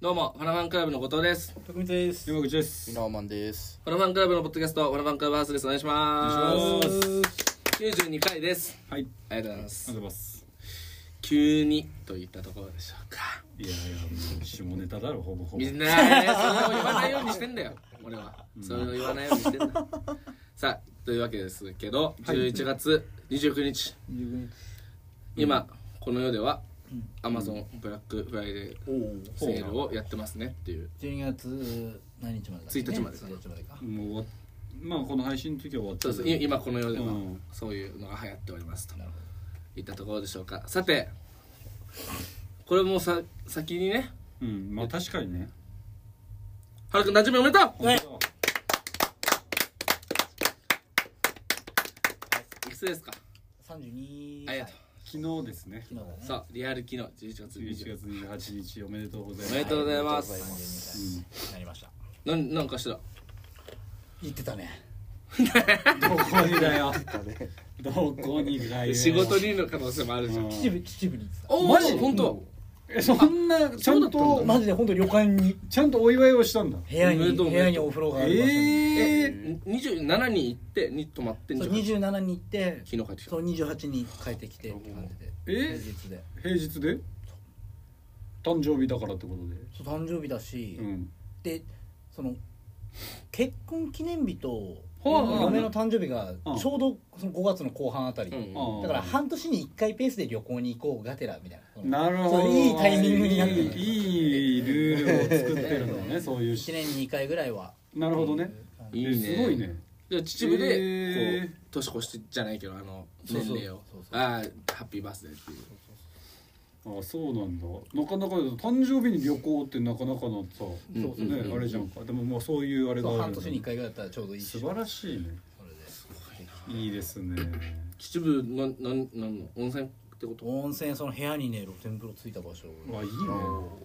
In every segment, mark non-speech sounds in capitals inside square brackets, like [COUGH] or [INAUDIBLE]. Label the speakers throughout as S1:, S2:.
S1: どうも、ファナファンクラブの後藤です。
S2: 徳光です。
S3: 山口です。
S4: ラーマンです。
S1: ファナファンクラブのポッドキャスト、ファナファンクラブハウスです。お願いしま
S3: お願いします
S1: す。92回です。
S3: はい。あ
S1: あ
S3: りがと
S1: りがとうございま
S3: うご
S1: す
S3: ざ。います。
S1: 急にといったところでしょうか。
S3: いやいや、もう下ネタだろ、ほぼほぼ。
S1: みんな、ね、それを言わないようにしてんだよ。俺は。それを言わないようにしてんだ。さあ、というわけですけど、11月29日、今、この世では、アマゾンブラックフライデー
S3: おう
S1: セールをやってますねっていう。
S2: 12月何日までだっけ
S1: 1日まで
S2: 1日までか。
S3: もう終わっ、まあこの配信の時は終わった
S1: そうです。い今この世では
S3: うん
S1: そういうのが流行っておりますといったところでしょうか。さて、これもうさ先にね、
S3: うん、まあ確かにね。
S1: はるくん馴染みおめでとう。
S3: 本
S1: いくつですか。
S2: 32
S1: あり
S2: 歳
S1: がと
S3: 当昨日ですね。
S2: 昨日だね。
S1: う。そうリアル機能11月
S3: 11
S1: 20日。
S3: 月28日おめでとうございます。
S1: おめでとうございます
S2: ありがとうございます
S3: うん
S2: 32歳になりました。
S1: なんなんかしら。
S2: 言ってたね。
S3: どこにだよ。どこにだよ。
S1: 仕事にの可能性もあるじゃ。
S3: うんん
S2: 秩父秩父に行ってた。
S1: おお
S3: マジ
S1: 本当。
S3: え、そんな、ちゃんと、
S2: マジで本当旅館に
S3: ちゃんとお祝いをしたんだ。
S2: 部屋
S1: おめ
S2: に
S1: でとう
S2: 部屋にお風呂があります。
S3: え
S1: え
S3: え。
S1: 27に行ってに泊まって
S2: そう
S1: 日昨
S2: 27に行って、
S1: 日帰ってきた
S2: そ。う28に帰ってきてって感じで。平
S3: え
S2: 日で。
S3: 平日で誕生日だからってこと
S2: そう誕生日だし
S3: で。う、ん。
S2: でその結婚記念日と
S3: はあ
S2: 嫁の誕生日が
S3: うん
S2: ちょうどその5月の後半あたり。
S1: うん
S3: ああ
S2: だから半年に1回ペースで旅行に行こうがてらみたいな
S3: なるほど
S2: そういいタイミングになってる
S3: いいいいルールを作ってるのねそういう
S2: 1
S3: し
S2: 年に2回ぐらいは
S3: なるほどね
S1: いいね。
S3: すごいね。
S1: じゃあ秩父でこう、
S3: えー
S1: 年越してじゃないけどあの
S2: そう
S1: 年
S2: そう
S1: 齢を
S2: そうそう
S1: ああハッピーバースデーっていう。
S3: あそうなんだなかなか誕生日に旅行ってなかなかのさ、
S1: ん
S2: そうそう
S3: ね
S2: うん
S3: あれじゃんかでももうそういうあれが
S2: そう
S3: あ
S2: 半
S3: るんだ
S2: 年に1回ぐらいだったらちょうどいいし
S3: 素晴らしいね
S2: それで
S3: いいですね
S1: 秩父のなんなんの温泉ってこと？
S2: 温泉その部屋にね露天風呂ついた場所
S3: わいいね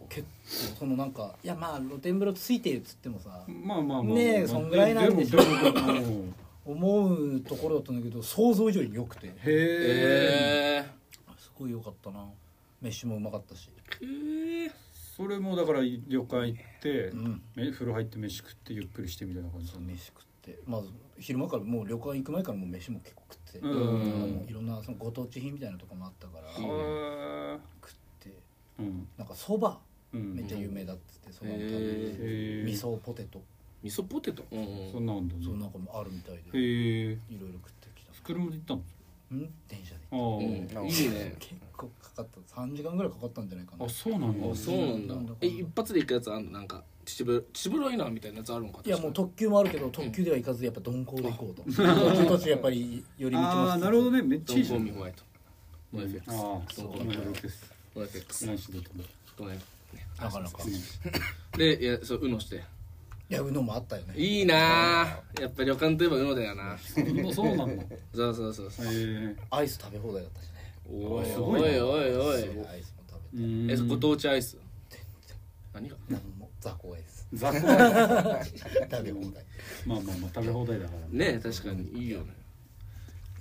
S2: 結構そのなんかいやまあ露天風呂ついてるっつってもさ
S3: まあまあまあ
S2: ねえそんぐらいなんでしょ
S3: もで
S2: [LAUGHS]
S3: もでもも
S2: 思うところだったんだけど想像以上に良くて
S3: へえ
S1: え
S2: すごい良かったな飯もうまかったし
S1: え。
S3: それもだから旅館行って
S2: うん
S3: め風呂入って飯食ってゆっくりしてみたいな感じ
S2: そう飯食ってまず昼間からもう旅館行く前からもう飯も結構食って
S3: う
S2: もう
S3: ん
S2: いろんなそのご当地品みたいなとこもあったから食っ
S3: は
S2: て
S3: ーうん
S2: なんかそば
S3: うん
S2: めっちゃ有名だっつってそばも食べて
S3: へー
S2: 味噌ポテト
S1: 味噌ポテト。うんうん
S3: そんなんだね
S2: そうなんかもあるみたいでい
S3: へえ
S2: ろいろ食ってきた
S3: 車で行ったの
S2: うん電車で
S3: あ
S1: う
S3: ー、
S1: んいいね。
S2: [LAUGHS] 結構かかった3時間ぐらいかかったんじゃないかな
S3: あそうなんだ
S1: あそうなんだ
S2: うん
S1: え一発で行くやつあんのなんか秩父秩父ロイナーみたいなやつあるのか
S2: いやもう特急もあるけど特急では行かずやっぱ鈍行で行こうと [LAUGHS] 途中途中やっぱり寄り道もしつつ
S3: あーなるほどねめっちゃ
S1: ド
S3: いい
S1: ン
S3: じ
S1: コ
S3: ゃ
S1: ミ
S3: ん
S1: ホワイトノエフェクス
S3: ああ
S1: ド
S3: そう
S1: ンコ
S3: な
S1: ミホワイ
S3: る
S1: ト
S3: です
S1: ノエフェクス
S3: 何してたんだ
S1: ドンエフね
S2: なかなか
S1: でいやそうウノして
S2: いやうのもあったよね
S1: いいなあやっぱ旅館といえばウノだよな
S3: うんそうなんだへ
S1: そうそうそうそう
S3: え
S2: アイス食べ放題だったしね
S1: おい
S3: す
S1: お
S3: ごいない
S1: おいおい
S2: アイスも食べて
S3: うん
S1: えそご当地アイス何が
S2: 何も雑魚アイス
S3: 雑魚
S2: 食べ放題
S3: まあまあまあ食べ放題だから
S1: ねえ確かにいいよね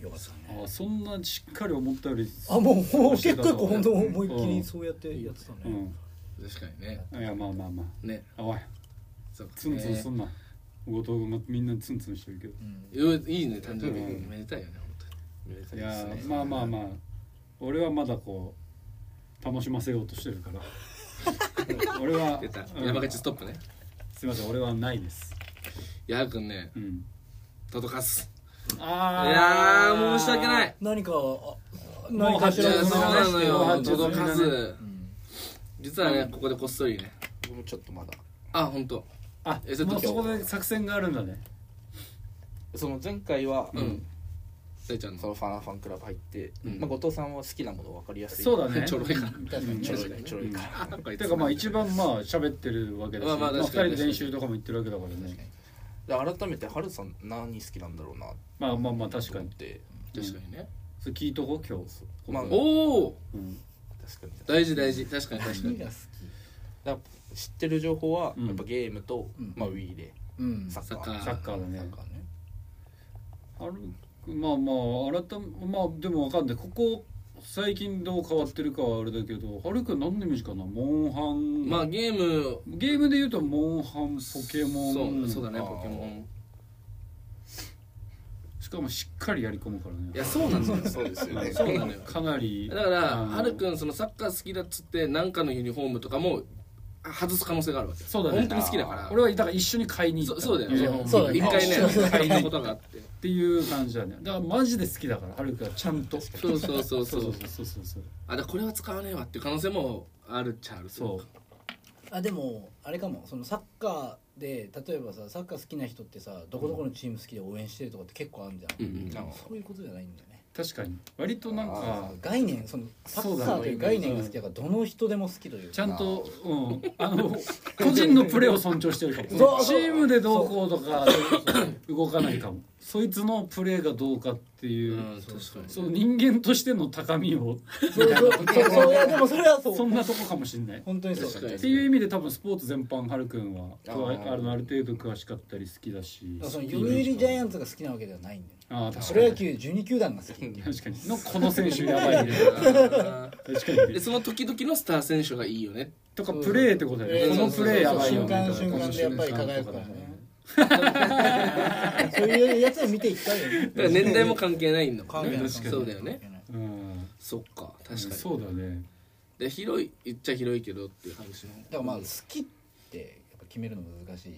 S2: よかったね
S3: あそんなしっかり思ったより
S2: あもうもう
S3: して
S2: 結
S3: た
S2: 構
S3: の
S2: 本当思いっきりそうやってやってた
S3: う
S2: ね
S3: ん
S1: 確かにね
S3: いやまあまあまあ
S1: ね
S3: あおい
S1: そうか
S3: ツンツンすんな後藤君がみんなツンツンしてるけど
S2: うん
S1: うんいいね誕生日
S3: うん
S1: めでたいよね本当にめでたい
S3: い
S1: で
S3: や
S1: すね
S3: ーまあまあまあ俺はまだこう楽しませようとしてるから
S1: [LAUGHS]
S3: 俺は
S1: 出た
S3: うん
S1: 山口ストップね
S3: すいません俺はないです
S1: やはくんね
S3: うん
S1: 届かすい
S3: あ
S1: やー申し訳ない
S2: 何かあ
S3: もう
S2: 何かし
S1: い
S2: ら
S1: や
S3: 発注
S1: そうなのよ
S3: 発注
S1: 届か
S3: する
S1: ず実はねここでこっそりね
S4: 僕もちょっとまだ。
S1: あ本当
S3: あ
S1: えそれ
S3: もう
S1: 時
S3: そ
S1: は
S3: こで作戦があるんだね
S4: その前回は、
S1: うん大ちゃん
S4: そ
S1: の
S4: のファンファンクラブ入って、
S3: うん
S4: まあ後藤さんは好きなもの分かりやすい。
S3: そうだ
S4: ね。
S3: ね
S1: ちょろい
S3: [LAUGHS]
S1: から
S2: 確かに
S4: ちょろ
S1: 確
S4: い
S1: か
S4: ね
S1: に
S4: ちょろいから。
S1: て
S3: てかまあ一番まあ喋ってるわけだし、
S1: ま
S3: ま
S1: あ
S3: あ
S1: まあ
S3: 二
S1: 確かに
S3: 人で練習とかも行ってるわけだから
S2: 確
S3: ね
S2: かに
S4: で改めてハルさん何好きなんだろうな
S3: まあまあまあ確
S4: と
S3: か
S4: 思っ
S3: に
S4: て。
S1: 確かにね
S3: それ聞いとこう今
S4: そ
S3: 日
S4: うまあ
S3: ここ
S1: おお
S3: うん
S4: 確かに。だか
S1: 大事大事確かに確か
S2: 何
S1: に
S2: が好き
S4: ら知ってる情報は
S3: うん
S4: やっぱゲームと、
S2: うん
S4: まあ Wii で
S2: うん
S4: サッカ
S1: サッカー
S4: ー。
S3: サッカーだね
S2: なんかね
S3: あるまあまあ改めまあでもわかんないここ最近どう変わってるかはあれだけどはるくん何のイメージかなモンハン、
S1: まあゲーム
S3: ゲームで言うとモンハンポケモン
S1: そうそうだね
S4: あー
S1: ポケモン
S3: しかもしっかりやり込むからね
S1: いやそうなんだよ
S4: そうですよ
S1: [LAUGHS]
S4: ね
S1: そうなのよ
S3: かなり
S1: だから
S3: あの
S1: はるくんそのサッカー好きだっつって何かのユニフォームとかも外す可能性があるわけよ
S3: そうだね
S1: 本当に好きだから
S3: 俺はだから一緒に買いに行
S1: そ
S3: った
S1: そうだよ
S3: ユニ
S1: ね
S3: フォーム
S2: そうだね
S1: 一回ね
S2: そう
S1: 借りたことがあって
S3: っていう感じだねだからマジで好きだからはるくんはちゃんとそう
S1: そうそうそうそ
S3: そううそうそうそうそう
S1: あだからこれは使わねえわっていう可能性もあるっちゃある
S3: そう
S2: あでもあれかもそのサッカーで例えばさサッカー好きな人ってさどこどこのチーム好きで応援してるとかって結構あるじゃん、
S1: うんうん
S4: なんか
S2: そういうことじゃないんだよね
S3: 確かに割となんか
S2: 概念そのサッカーという概念が好きだからどの人でも好きという
S3: ちゃんと、うん、あの個人のプレーを尊重してるかも
S2: そうそう
S3: チームでどうこうとか動かないかもそいつのプレーがどうかっていう、
S1: うん確かに
S3: その人間としての高みを
S2: そうそうそうそういやでもそれはそ
S3: そ
S2: うん
S3: なとこかもしれない
S2: 本当にそう
S1: 確かに
S3: っていう意味で多分スポーツ全般はるくんは
S4: あ
S3: あ
S4: ー
S3: のある程度詳しかったり好きだし
S2: その読売ジャイアンツが好きなわけではないんだよ
S3: あー
S2: プ
S3: 確か
S2: ロ野
S3: に
S2: 球12球団が好きっていう
S3: 確かにのこの選手やばいね
S2: [LAUGHS]
S3: 確かに
S1: で
S3: ね
S1: その時々のスター選手がいいよね
S3: とかプレーってことだ
S2: え
S3: よ
S2: ー
S3: ねこのプレーやばいよね
S2: そうそうそう瞬間瞬間でやっぱり輝くからね
S3: この瞬間とね
S2: [LAUGHS] そういうやつは見ていきたいよね
S1: だから年代も関係ないんだもん
S2: 関係
S1: ね
S2: ない
S1: そうだよね
S3: うん
S1: そっか確かに
S3: そうだね
S1: で広い言っちゃ広いけどっていう話の
S2: だからまあ好きってやっぱ決めるの難しい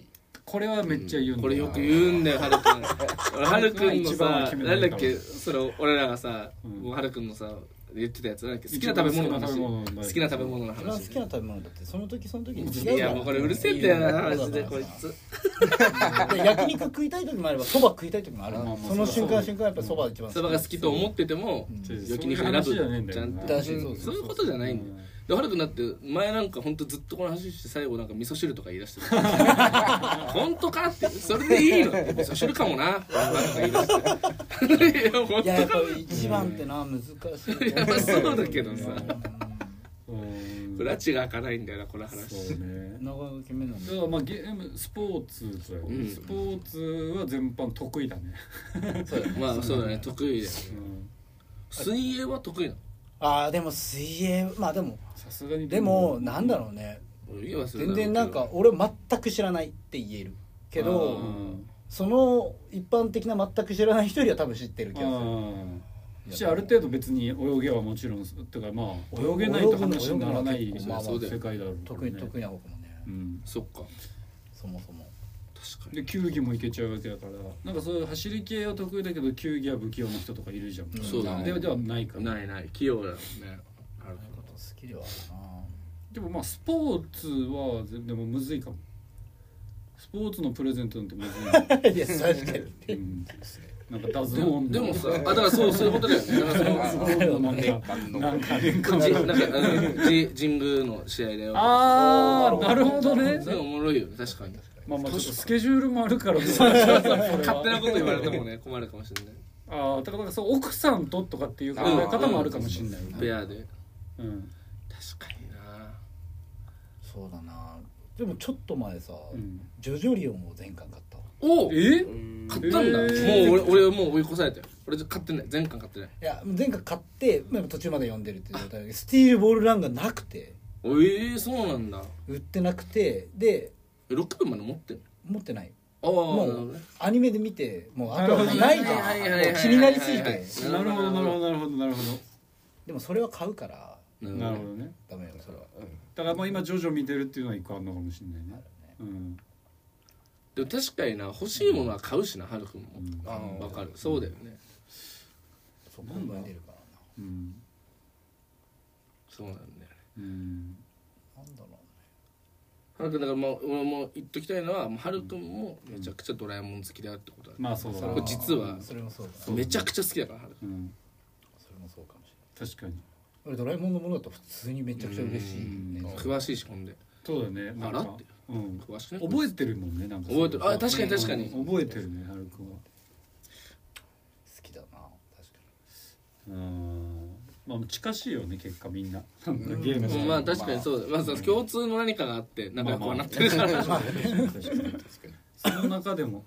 S3: これはめっちゃ言うんだ
S1: これよく言うんだよはるくん俺はるくんの
S3: 一番は
S1: さ
S3: 決めない
S1: なん
S3: から
S1: だっけそれ俺らがさ
S3: うん
S1: もうはるくんのさ言ってたやつなんだっけ好きな食べ物の話
S3: 一番
S1: 好きな食べ物の
S2: 一番好
S1: 話
S2: きな食べ物だってその時その時に違うから
S1: いやもうこれうるせえんだよな話でこいつ
S2: で焼肉食いたい時もあればそば食いたい時もある
S3: あまあまあ
S2: その瞬間瞬間やっぱそば一番
S1: そばが好きと思ってても
S2: うん
S3: そう
S1: 焼肉
S3: そ
S1: 選
S3: ういう話じゃねえん
S1: ぶち
S3: だよ
S1: ゃ
S3: なん
S1: と
S2: 確かにそうそう
S1: そういうことじゃないんだよではるくんだって前なんかほんとずっとこの話して最後なんか味噌汁とか言い出してる本当かってそれでいいの味噌汁かもなとか言い出して [LAUGHS] いや本
S2: いややっぱ
S1: 当
S2: 一番ってな難しい
S1: かいや [LAUGHS] そうだけどさ
S3: うん
S1: これは違うかないんだよなこの話
S3: そうね
S2: なかなか決めるの
S3: だからまあゲームスポーツだよ、
S1: うん
S3: スポーツは全般得意だね、
S1: そうだまあそうだね得意で
S3: うん
S1: 水泳は得意な
S2: ああでも水泳まあでも
S3: さすがに
S2: でもなんだろうね
S1: の泳ぎはする
S2: 全然なんか俺全く知らないって言えるけ
S3: う
S1: う
S2: ど
S3: ん
S2: その一般的な全く知らない人よりは多分知ってる気が
S3: うんしある程度別に泳げはもちろんってかまあ泳げないと話にならない
S2: 泳ぐのは
S1: 結構まあまあ
S3: 世界だろうね
S2: する得意得意な方かもね
S3: うん
S1: そっか
S2: そもそも
S1: 確か
S3: で
S1: に
S3: 球技もいけちゃうわけだからなんかそういう走り系は得意だけど球技は不器用な人とかいるじゃん、
S2: うん
S1: そうだね
S3: でではないから
S1: ないない器用だよねある
S2: そういうこと好きでは
S3: でもまあスポーツは全でもむずいかもスポーツのプレゼントなんてむずい
S2: あるな [LAUGHS] いや確かに
S3: もん、うん、 [LAUGHS] なんかダズ
S1: で
S3: ーン
S1: もでもさあだからそうそういうことだよねだからその
S4: あの年間の
S3: なんか年間
S1: じなんかあのじ神宮の試合だよ
S3: あーなるほどね
S1: それおもろいよね確かに
S3: まあまあちょっとスケジュールもあるから
S1: 勝
S3: [LAUGHS] 勝
S1: 手なこと言われてもね困るかもしれない
S3: [LAUGHS] ああだからだからそう奥さんととかっていう考え方もあるかもしれないよね
S1: ペアで
S3: うん
S1: 確かにな
S2: そうだなでもちょっと前さ
S3: うん
S2: ジョジョリオンを全巻買ったわ
S1: お買っ
S3: え
S4: うん
S1: たんだ、
S3: えー
S1: もう俺俺もう追い越されたよ俺買ってない全巻買ってない
S2: いや前回買ってまあ途中まで読んでるっていう状態でスティールボールランがなくて
S1: えー、そうなんだ
S2: 売ってなくてで
S1: 6分まで持ってんの
S2: 持ってない
S1: ああ
S2: も
S1: なるほど
S2: う
S1: ね
S2: アニメで見てもうあとはないか
S1: はいはいはいはいはい
S2: 気になりすぎ
S1: はいはい
S2: て
S3: なるほどなるほどなるほどなるほ
S2: でもそれは買うから
S1: な
S3: ど
S1: る
S3: な
S1: ほ
S3: る
S1: ど
S3: ほ
S1: ね
S3: どね
S2: ダメよそれは
S3: だからまあ今徐々見てるっていうのは一個あるのかもしれないねうん
S1: でも確かにな欲しいものは買うしなハルくんも
S3: うん
S1: あーわかるそうだよね
S2: そこに出るから
S3: うん
S1: そうなんだよね
S3: うん
S2: ななんだろ
S1: ハルくんだからもう俺も言っときたいのはもうハルくんもめちゃくちゃドラえもん好きであるってことだね
S3: まあそう
S2: う
S3: だ
S2: そ
S3: な
S2: れ
S1: これ実は
S2: それもそうかそ
S1: めちゃくちゃ好きだからハルくん
S3: うん
S2: れもそうかもしれない
S3: 確かに
S2: 俺ドラえもんのものだと普通にめちゃくちゃ嬉しいね
S4: うん
S1: 詳しいしほんで
S3: そうだねなん
S1: あ
S3: から
S1: って
S3: うん
S1: 詳しくね
S3: 覚えてるもんねなんか
S1: 覚えてるあ確かに確かに
S3: うん覚えてるねはるくんは
S2: 好きだな確か
S3: うんまあ近しいよね結果みんななんか
S2: うん
S3: ゲーム
S1: う
S3: さ
S1: んまあ確かにそうだまあさ共通の何かがあって仲良くはなってるから
S3: 確かに
S4: 確かに
S3: その中でも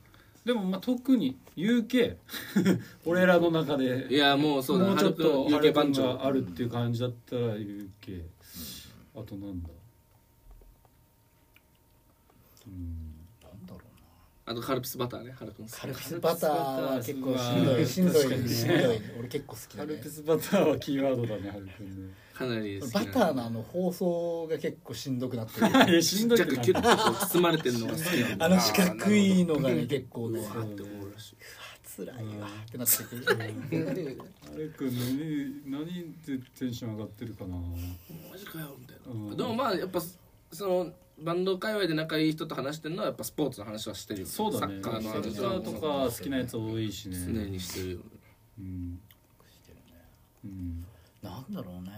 S3: でもまあ特に UK [LAUGHS] 俺らの中で
S1: いやもうそうだ
S3: もうちょっと
S1: ハルくん UK 番
S3: ハルくんがあ
S1: 長
S3: るっていう感じだったら UK、あとなんだうん
S2: なんだろうな
S1: あとカルピスバターねハルくん好き
S2: カルピスバターは結構しんどいしんどいしんどい俺結構好きだ
S3: カル
S2: ね
S3: ピスバターはキーワードだねハルくんね
S1: かなり好きな
S2: バターのあの包装が結構しんどくなってる
S3: いやしんどい
S1: ち
S3: っ
S1: ってちゃ
S3: な
S1: くキュッ
S3: んだ
S1: とこう包まれてるのが好きなんだ
S2: あの四角いのがね結構ね
S1: あって思うらしい
S2: つらいわってなってくる
S3: ハルくん何何でテンション上がってるかな
S1: マジかよみたいな、
S3: うん
S1: でもまあやっぱそのバンド界隈で仲いい人と話してるのはやっぱスポーツの話はしてるよね
S3: そうだね
S1: サ
S3: サ
S1: ッカーの話
S3: ッカ
S1: は
S3: ーとか好きなやつ多いしね
S1: 常にしてるよね
S3: うんうん
S2: なんだろうね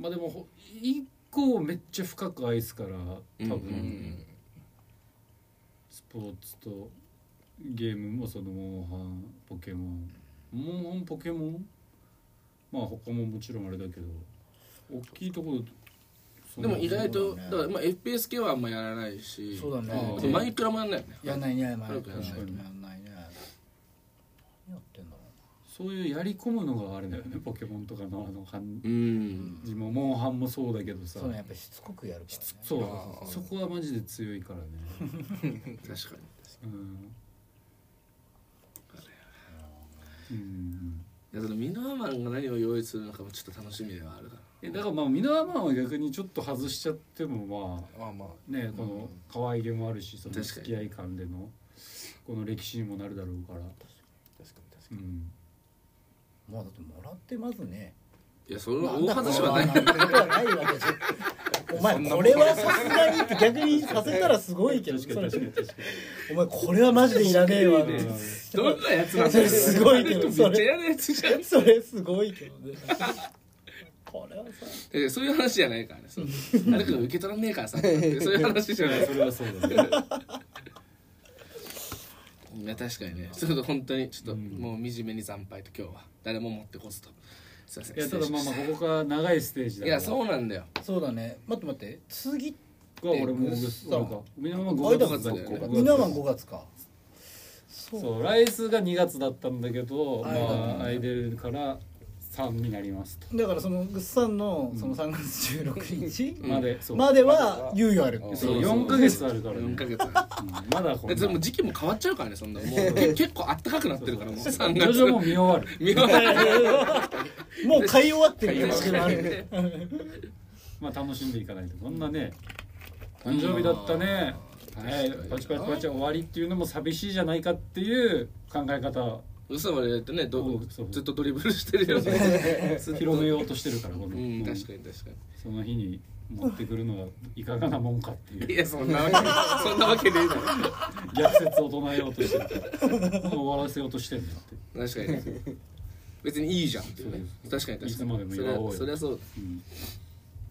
S3: まあでもほ一個をめっちゃ深く愛すから多
S1: うんうんうん
S3: 分スポーツとゲームもそのモンハンポケモンモンハンポケモンまあ他ももちろんあれだけど大きいところそん
S1: で
S3: な
S1: も意外と
S2: そうだ
S1: だ
S2: ね
S1: からまあ FPS 系はあんまやらないし
S2: そうだね
S1: あとマイクラもやんないよね
S2: やんないねやんない
S1: 確
S2: や
S1: か
S2: ん
S1: に
S2: ないね何やってんだろ
S3: そういうやり込むのがあれだよねポケモンとかのあの感
S1: うん
S3: じもモンハンもそうだけど
S2: う
S3: さ
S2: そうねやっぱしつこくやるからね
S3: そう
S4: あー
S3: そこはマジで強いからね、
S1: 確かに
S3: うんうん
S1: いやそのミノアマンが何を用意するのかもちょっと楽しみではあるか
S3: えだからまあミノアマンは逆にちょっと外しちゃってもまあ
S4: まあまあ
S3: ねこの可愛げもあるしその
S1: 確か
S3: 付
S1: に
S3: き合い感でのこの歴史にもなるだろうから、
S4: 確かに
S3: う
S4: 確かに
S3: ん、
S2: まあだってもらってまずね
S1: らいやその大外しはない
S2: んだこれはないわけ [LAUGHS] じゃんお前これはさすがにって逆にさせたらすごいけど
S3: 確かに確かに確か
S2: お前これはマジでいらねえわって
S3: に
S1: [LAUGHS] どんなやつなん [LAUGHS] だよ
S2: すごいけど
S1: あの人めっちゃ嫌なやつじゃん
S2: [LAUGHS] それすごいけどねこれはさ
S1: でそういう話じゃないからねそうあれくん受け取らねえから [LAUGHS] さそういう話じゃ [LAUGHS] ない
S3: それはそうだね
S1: いや確かにねちょっと本当にちょっと、
S3: うん
S1: もう惨めに惨敗と今日は誰も持ってこずとすいません
S3: いや
S1: 失
S3: た
S1: 礼
S3: だ
S1: しま
S3: ま
S1: し
S3: あまあここから長いステージだ
S1: い
S3: から
S1: やそうなんだよ
S2: そうだね待って待って次
S3: が俺も俺かミノアマン5月だ
S1: 間
S2: みんなは5月かそう
S3: そうライスが2月だったんだけどま
S2: 間
S3: あ空いてるから3になりますと、
S2: だからそのぐっさんのその3月16日
S1: ん
S3: までそう
S2: までは猶予ある
S4: うん
S3: そう
S1: そうそう
S3: 4ヶ月あるからね、
S1: 4ヶ月
S3: うんまだこん
S1: で
S3: な
S1: でも時期も変わっちゃうからねそんなもう
S3: [LAUGHS]
S1: 結構あったかくなってるからもう3
S3: 徐
S1: 月
S3: 々も見終わる
S1: 見終わる
S2: [LAUGHS] もう買い終わってるよ
S1: 確かにね
S3: まあ楽しんでいかないとこんなね誕生日だったねはい
S1: 確かに
S3: パチパチパチ終わりっていうのも寂しいじゃないかっていう考え方
S1: 嘘までやってねど
S3: そうそう
S1: ずっとドリブルしてるよ
S3: [LAUGHS]
S1: ねずっと
S3: 広めようとしてるからこの、
S1: うん確か
S3: に
S1: に確か
S3: その日に持ってくるのはいかがなもんかって
S1: にい
S3: いう
S1: やそんなわ
S3: [LAUGHS]
S1: けそんなわけねえだろ
S3: 逆説を唱えようとしてるから終わらせようとしてるんだって、
S1: 確かに別にいいじゃんっていうね
S3: そう
S1: 確かに確かに
S3: いつまでも祝おうよ
S1: それはそれは
S3: うん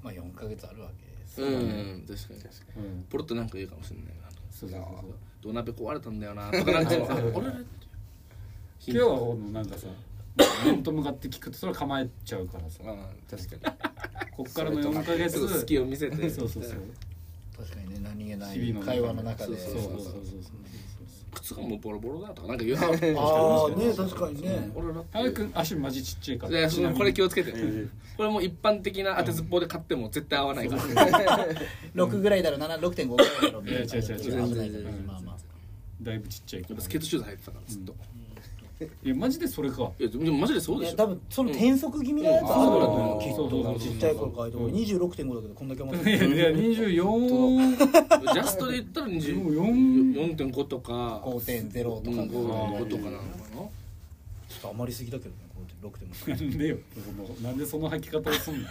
S2: まあ4ヶ月あるわけです
S1: そうだうん確かに
S3: うん、
S1: ポロッとなんか言うかもしれないな
S3: そうそうそうそう
S1: 土鍋壊れたんだよなとか
S3: [LAUGHS]
S1: なんか全部 [LAUGHS] あれ
S3: 今日はこのなんかさ面と向かって聞くとそれは構えちゃうからさ
S4: まあまあ確か
S3: こっからの4ヶ
S1: ち
S3: 月
S1: ょっと好きを見せて
S3: [LAUGHS] そうそうそう
S2: 確かにね何気な
S3: 日
S2: い
S3: 々の
S2: 会話の中
S1: そう
S2: で
S1: そ
S3: そうそうそうそうそう
S1: 靴がもうボロボロだとかなんか言 [LAUGHS] われて
S2: ああね確かにね
S1: 俺だっ
S3: あれくん足マジちっちゃいか
S1: いや
S3: ら
S1: そのこれ気をつけて
S4: に
S1: これもう一般的な当てずっぽうで買っても絶対合わないから
S2: 6ぐらいだろ7.5ぐらいだろみたいな感じで
S3: いや違う違う違う
S2: 危ないから
S3: 全然
S2: まあまあ
S3: だいぶちっちゃい
S1: や
S3: か
S1: っ
S3: ら
S1: ぱスケートシューズ入ってたからずっと
S3: いやマジでそれか
S1: いやでもマジでそう
S2: い
S1: で
S2: や
S1: し
S2: 多
S1: ょ
S2: 分その転速気味のやつだと思う
S3: うん
S2: きっ
S3: そうそうそう
S2: とちっちゃい頃から
S3: うん
S2: 二十六点五だけどこんだけ重
S3: い
S2: い
S3: やいや24
S1: ジャストで言ったら
S3: もう
S1: 20
S3: 4
S1: 4.5とか
S2: 五点ゼロとか
S1: うん
S2: の
S1: 5.5とかなのかな
S2: ちょっと余りすぎだけどね五点六点五
S3: なんでよそ [LAUGHS] のなんでその履き方をすん [LAUGHS] の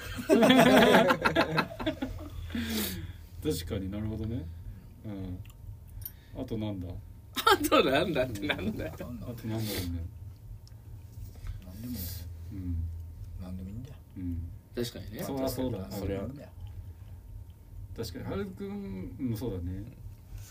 S3: 確かになるほどねうんあとなんだ
S1: あとなんだってなんだよ
S2: なんだ
S3: あとなんだろうね
S2: なんでも
S3: うん
S2: なんでもいいんだよ
S3: うん
S1: 確かにね
S3: そうだそうだ
S2: なんでもいいんだよ
S3: 確かにハルくんもそうだね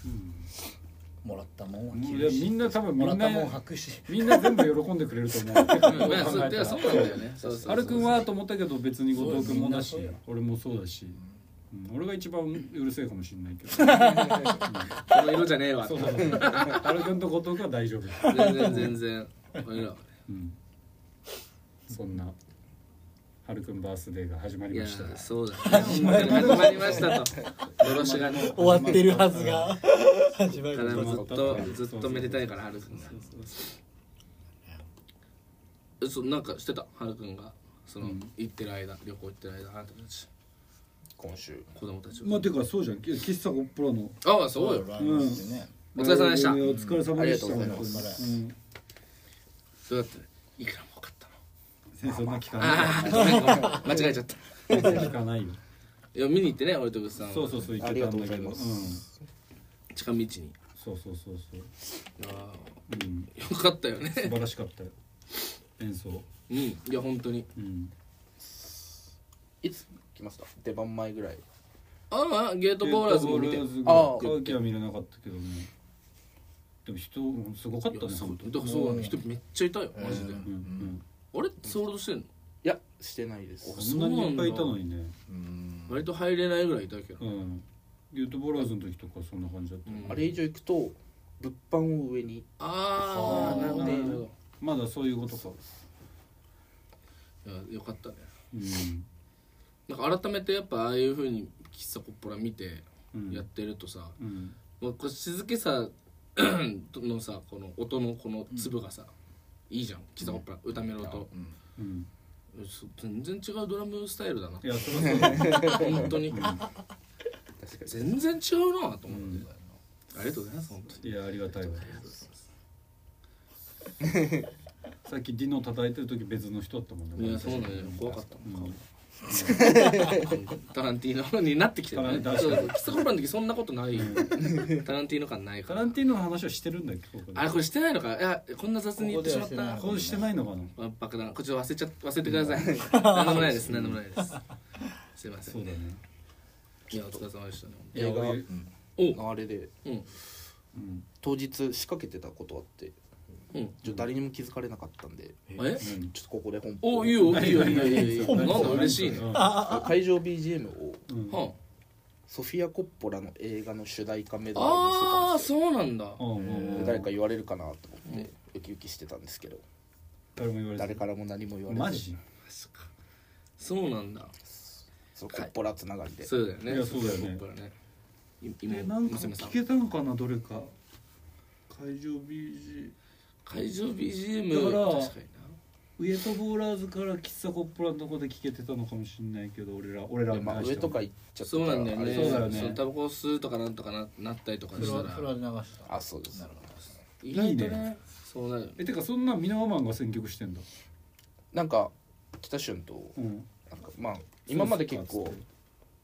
S3: うん
S2: もらったもんは
S3: もういやみんな多分み
S2: もら
S3: ん
S2: ったもん
S3: な
S2: 履くし
S3: みんな全部喜んでくれると思 [LAUGHS] う。てか
S1: うんいやそうてかそうなんだよねそうそうそう
S3: あるくんはと思ったけど別に後藤くんもだし
S2: そうみんなそうよ
S3: 俺もそうだし、ううん俺が一番うるせえかもしれないけど
S1: この色じゃねえわ
S3: [LAUGHS] そうそうそうタルくんと後 [LAUGHS] 藤君は大丈夫、
S1: 全然全然俺らはね
S3: うん、そんなはるくんバースデーが始ま
S1: い
S3: り
S1: や
S3: ました
S1: そうだね本当に始まりましたとよろしがね
S2: 終わってるはずが始ま
S1: だ
S2: る
S1: か
S2: は
S1: ら
S2: ずが
S1: もうずっとずっとめでたいからはるくんがえそうなんかしてたはるくんがその、
S3: うん
S1: 行ってる間旅行行ってる間あなたたち
S4: 今週
S1: 子供たちを、
S3: まあてかそうじゃん喫茶コップラの
S1: ああそうよ
S2: ライブですよね
S1: お疲れ様でした
S3: お疲れ様でした
S4: ありがとうござい
S2: ます
S3: うん
S1: どうだったいくら儲かったの
S3: 先生そんな聞か
S1: あ
S3: な
S1: あごめんごめん間違えちゃった
S3: い聞かないよ
S1: いや見に行ってね俺とグッさんは
S3: そうそうそう行
S4: あ
S3: け
S4: り
S3: た
S4: がと
S3: んだ
S4: うござ
S3: け
S4: い
S3: ど、うん、
S4: ます
S1: 近道に
S3: そうそうそうそう、
S1: ああ
S3: うん、
S1: よかったよね
S3: 素晴らしかったよ演奏
S1: うんいや本当に
S3: うん
S1: いつ
S4: 来ました出番前ぐらい
S1: ああゲートボーラーズも見て
S3: ゲート
S4: あ
S3: ボーラー
S4: あ
S3: ズが空気は見れなかったけどねでも人すごかった
S1: い
S3: ね
S1: やそ
S3: 本
S1: うだ
S3: 当
S1: からそうだね人めっちゃいたよマジで、
S2: う
S3: うんうん
S1: あれソールドしてんの
S4: いやしてないです
S3: こんなにいっぱいいたのにね
S2: うん
S1: 割と入れないぐらいいたけど
S3: うんゲートボーラーズの時とかそんな感じだったよ、
S1: うん
S4: あれ以上行くと物販を上に
S1: ああなるほど
S4: はあ
S1: なるほど
S3: まだそういうことか
S1: いやよかったね
S3: うん、
S1: なんか改めてやっぱああいうふうに喫茶コッポラ見て
S3: うん、
S1: やってるとさ、
S3: うん
S1: まあこう静けさ [CLEARS THROAT] のさこの音のこの粒がさ、いいじゃん喫茶コッポラ歌メロと、
S2: うん
S3: うん
S1: そう全然違うドラムスタイルだない
S3: やそりゃそうだね
S1: 本当に
S4: 確かに
S1: 全然違うなと思って、
S3: うん
S1: ありがとうございます本当に
S3: いやありがたいわさっきディノ叩いてる時別の人だったもんね
S1: いやそうなんだよ怖かったもん、顔タランティーノになってきてるね
S3: タラン
S1: そうそう喫茶コップの時そんなことないタランティーノ感ない
S3: カ
S1: から
S3: ランティーノの話をしてるんだっけここで
S1: あれこれしてないのかいやこんな雑に言ってしまっ
S2: ここではして
S1: た
S2: ない
S3: こうしてないのかな
S1: わんぱくだなこっち忘れちゃ忘れてください何でもないです何でもないですすいませ
S3: そうんだね
S1: いやお疲れ様でしたね
S3: いや
S4: 映画
S3: 俺
S1: お
S4: あれで
S1: うん
S3: うん
S4: 当日仕掛けてたことあって
S1: うん
S4: ちょ誰にも気づかれなかったんで
S1: え
S3: 何
S4: ちょっとここで本
S1: おいいよいいよいいよいいよいいよなんだ嬉しいね
S3: うん
S4: 会場 BGM を
S3: うん
S1: は
S4: ソフィア・コッポラの映画の主題歌メドレーにして
S1: あ
S4: た
S1: あ
S4: ん
S1: ー
S4: ですよ
S1: そうなんだ
S3: うんうんうん
S4: 誰か言われるかなと思ってウキウキしてたんですけど
S3: 誰も言われてな
S4: 誰
S3: い
S4: からも何も言われず
S3: マジ
S1: そうなんだ
S4: そうコッポラつながりで
S1: そうだよね
S3: いやそうだよね
S1: 僕らねい
S3: で
S1: 今
S3: なんか
S1: 娘さん
S3: 聞けたのかなどれか会場 BG
S1: 会場 BGM
S3: だから
S1: 確かにな
S3: ウエトボーラーズから喫茶コップラのとこで聞けてたのかもしれないけど俺ら俺ら
S4: でまあ上とか行っちゃった
S1: そう
S4: か
S1: なん
S4: ら
S1: だよ
S4: あ
S1: ね
S4: れ
S3: そうだよね
S1: のタバコ吸うとかなんとかななったりとかし
S2: フ
S1: た
S2: ロアフロア
S1: ら
S2: で流した
S4: あそうです
S2: なるほど
S1: 意外と
S3: いい
S1: ねそうなるよね
S3: えてかそんなミノワマンが選曲してんだ
S4: なんか北俊と
S3: うん
S4: なんかまあ今まで結
S3: そう
S4: 構
S3: そう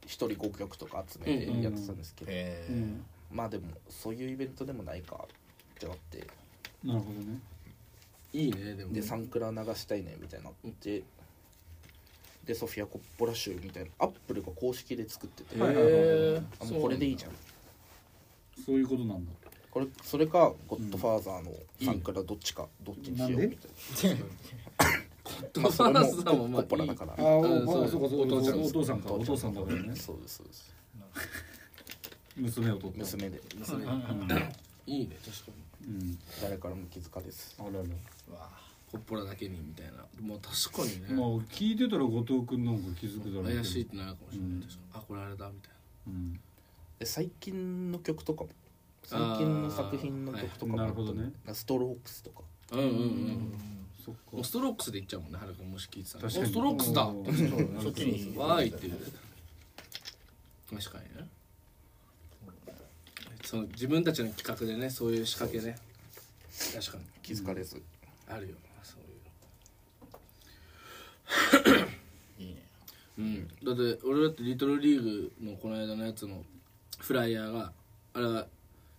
S4: 一人5曲とか集めてやってたんですけど
S2: へ
S3: う
S2: え
S3: ん
S4: まあでもそういうイベントでもないかってなって
S3: なるほどね
S1: いいねでも
S4: で「サンクラ流したいね」みたいになってでソフィア・コッポラ集みたいなアップルが公式で作ってて
S1: へ
S3: はいはいはい
S1: え
S4: あもうこれでいいじ
S1: ゃ
S4: ゃん
S3: そういうことなんだ
S4: これそれか「ゴッドファーザー」の「サンクラ」どっちかどっちにしようみたい
S1: ん
S4: なまあそれも
S1: [LAUGHS]
S4: コ
S1: さんもまあ
S4: ッポラだから
S3: あお
S1: うん
S3: ま
S1: そ
S3: あそううかそうか
S1: お父ちゃん
S3: お父さんかお父さんだからね
S4: そうですそうです
S3: 娘を取った
S4: 娘で
S1: 娘
S3: うん
S1: いいね確かに
S3: うん
S4: 誰からも気づかです
S3: あらら
S2: わ
S1: コッポラだけにみたいなもう確かにね、
S3: まあ聞いてたら後藤君なんか気づくだろうけど
S1: 怪しいってなるかもしれない、
S3: うん
S1: 確かにあこれあれだみたい
S3: うん
S4: で最近の曲とかも最
S1: あー
S4: 近の作品の曲とかも
S3: なるほどね
S4: ストロークスとか
S1: なうんうんうん、
S3: そっ
S1: もう
S3: か
S1: ストロークスでいっちゃうもんねはるくんもし聞いてたらお
S3: 確かに
S1: ストロークスだ
S3: うん
S2: そっちに
S1: わーいっていう確かにねその自分たちの企画でねそういう仕掛けね確かに
S4: 気づかれず、
S1: あるよなそういうの
S2: いいね
S1: うん、だって俺だってリトルリーグのこの間のやつのフライヤーがあれは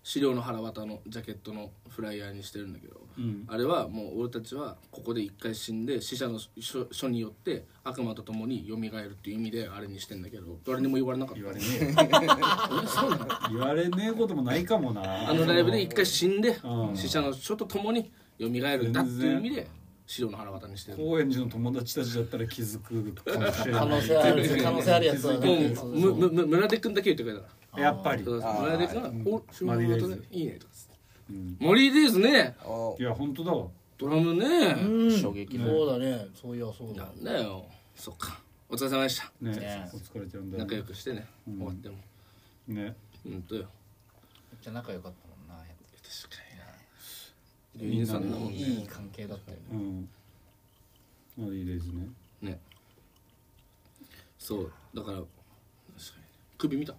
S1: 資料の腹渡のジャケットのフライヤーにしてるんだけど、
S3: うん
S1: あれはもう俺たちはここで一回死んで死者の書書によって悪魔と共に蘇るっていう意味であれにしてんだけど誰にも言われなかった
S3: 言われねえよ
S1: えそうなの
S3: 言われねえこともないかもな
S1: あのライブで一回死んで
S3: うん
S1: 死者の書と共に蘇るんだっていう意味で資料の花形にしてる
S3: 高円寺の友達たちだったら気づくかもしれない
S2: 可能性ある可能性あるやつだ
S1: も
S2: ね
S1: うむむむ村出君だけ言ってくれたら
S3: やっぱり、
S1: そう
S3: う
S1: そう村出君が
S3: う
S1: 「
S3: ん
S1: お仕事
S3: マリーデイズ
S1: ねいいね」とかっつって「
S3: ん
S1: マリーデイズね
S4: あ
S3: いや本当だわ
S1: ドラム
S2: う
S1: ね
S2: ん
S4: 衝撃の
S2: そうだねそういやそう
S1: な
S2: だ
S1: んだよそっかお疲れ様でした
S3: ね
S2: ね
S3: お疲れちゃうんだ
S1: 仲良くしてね
S3: うん
S1: 終わっても
S3: ね
S1: うんとよ
S2: めっちゃ仲良かったもんなやっぱ
S1: 確かに
S3: みんな
S1: さ
S3: の
S1: んだもんね
S2: いい関係だったよね
S3: うんまあいいですね
S1: ねそうだから確かにね首見た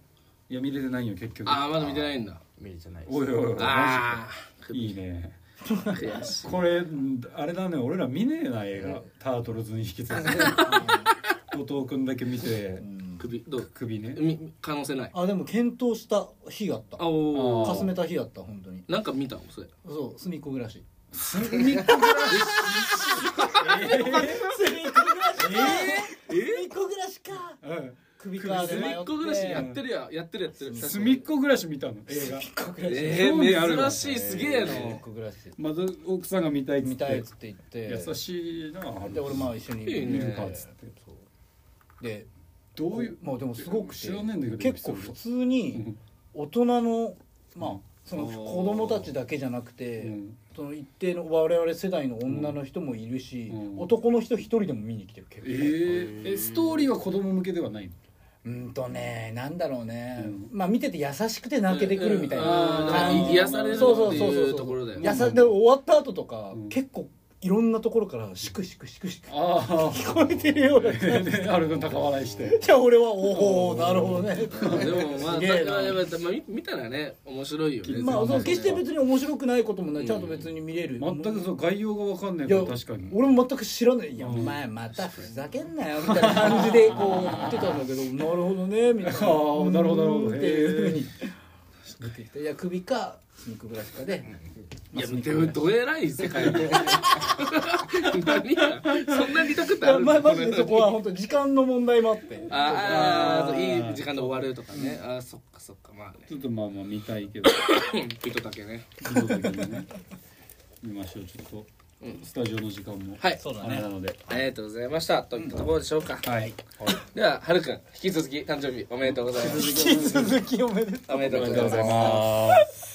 S3: いや見れてないよ結局
S1: ああまだ見てないんだ
S4: 見れてないです
S3: おいおいおいマ
S1: ああ
S3: ジかいいね
S1: 悔しい
S3: これんあれだね俺ら見ねえな映画「タートルズ」に引
S2: [LAUGHS]
S3: き続き後藤君だけ見て
S2: うん
S1: 首どう
S3: 首ね
S1: み可能性ない
S2: あでも検討した日があった
S1: あお
S3: あ
S1: お
S2: かすめた日があった本当に
S1: なんか見たのそれ
S2: そう隅っこ暮らし隅っこ暮らしか
S3: うん
S2: 首からで
S1: 隅
S2: 迷って
S1: っこ暮らしやってるややってるやってる確かに
S3: 隅っこ暮らし見たの映画
S2: 隅っこ暮らし
S1: え
S3: 興味ある
S1: ー
S3: わ
S1: 珍しいすげえ
S2: 隅っ
S1: の
S2: こ暮らし
S3: まず奥さんが見たいっつって
S2: 見たいっつって言って
S3: 優しいな
S2: で俺まあ一緒に
S1: いいね
S2: 見
S3: 見
S2: る
S3: る
S2: か
S3: か
S2: っ
S3: っ
S2: つ
S3: つ
S2: っ
S3: ってて
S2: で
S3: どういう
S2: まあでもすごくて
S3: 知らねえんだけど
S2: 結構普通に大人のまあその
S1: うん
S2: 子供たちだけじゃなく
S3: う
S2: て
S3: ん
S2: その一定の我々世代の女の人もいるし
S3: うん
S2: 男の人一人でも見に来てる結
S3: え
S2: 構
S3: ーえストーリーは子供向けではないの
S2: うんとねなんだろうね
S3: うん
S2: まあ見てて優しくて泣けてくるみたいな
S1: うん
S2: 感
S1: あー
S2: じ
S1: 癒されるって
S2: そうそうそう
S1: い
S2: そう
S1: うところだよ
S2: 優
S1: ね
S2: しで終わった後とか
S3: うん
S2: 結構いろんなところからシクシクシクシク
S3: ああ
S2: 聞こえてる [LAUGHS] ような
S3: あるの高笑いして
S2: じゃあ俺はおおなるほどね
S1: でもまあ
S2: す
S1: た
S2: げえな
S1: まあでもまあ見見たらね面白いよね
S2: まあ、そう決して別に面白くないこともな
S1: う
S2: い
S1: ん
S2: ちゃんと別に見れる、
S3: 全くそう概要が分かんない
S2: い
S3: か
S2: や
S3: ら確かに
S2: 俺も全く知らない「いやお
S3: うん
S2: 前またふざけんなよ」みたいな感じでこう言ってたんだけど「なるほどね」みたいな「
S3: あーなるほどなるほど
S2: うーんっていうふうに言ってきて「いや首か隅っこぐらしかで
S1: いやでもどえらい世界
S2: [LAUGHS]
S1: 何やそんなにたく」
S2: い
S1: てあ
S2: や
S1: る
S2: まマジでそこは本当時間の問題もあって
S1: あーあ
S3: あ
S1: ー
S3: ー
S1: いい時間で終わるとかね、あーそっかそっかまあね
S3: ちょっとまあまあ見たいけど
S1: 糸だけね
S3: 見届けにね見ましょうちょっと、スタジオの時間も
S1: はい
S2: そうだ
S3: あ
S2: ね
S3: れなので
S1: ありがとうございましたといったところでしょうか、
S3: はい
S1: でははるくん引き続き誕生日おめでとうございます
S2: 引き続きおめでとう
S1: おめでとう
S3: あ
S1: ご
S3: り
S1: ざいま
S3: がとう
S1: す
S3: ございます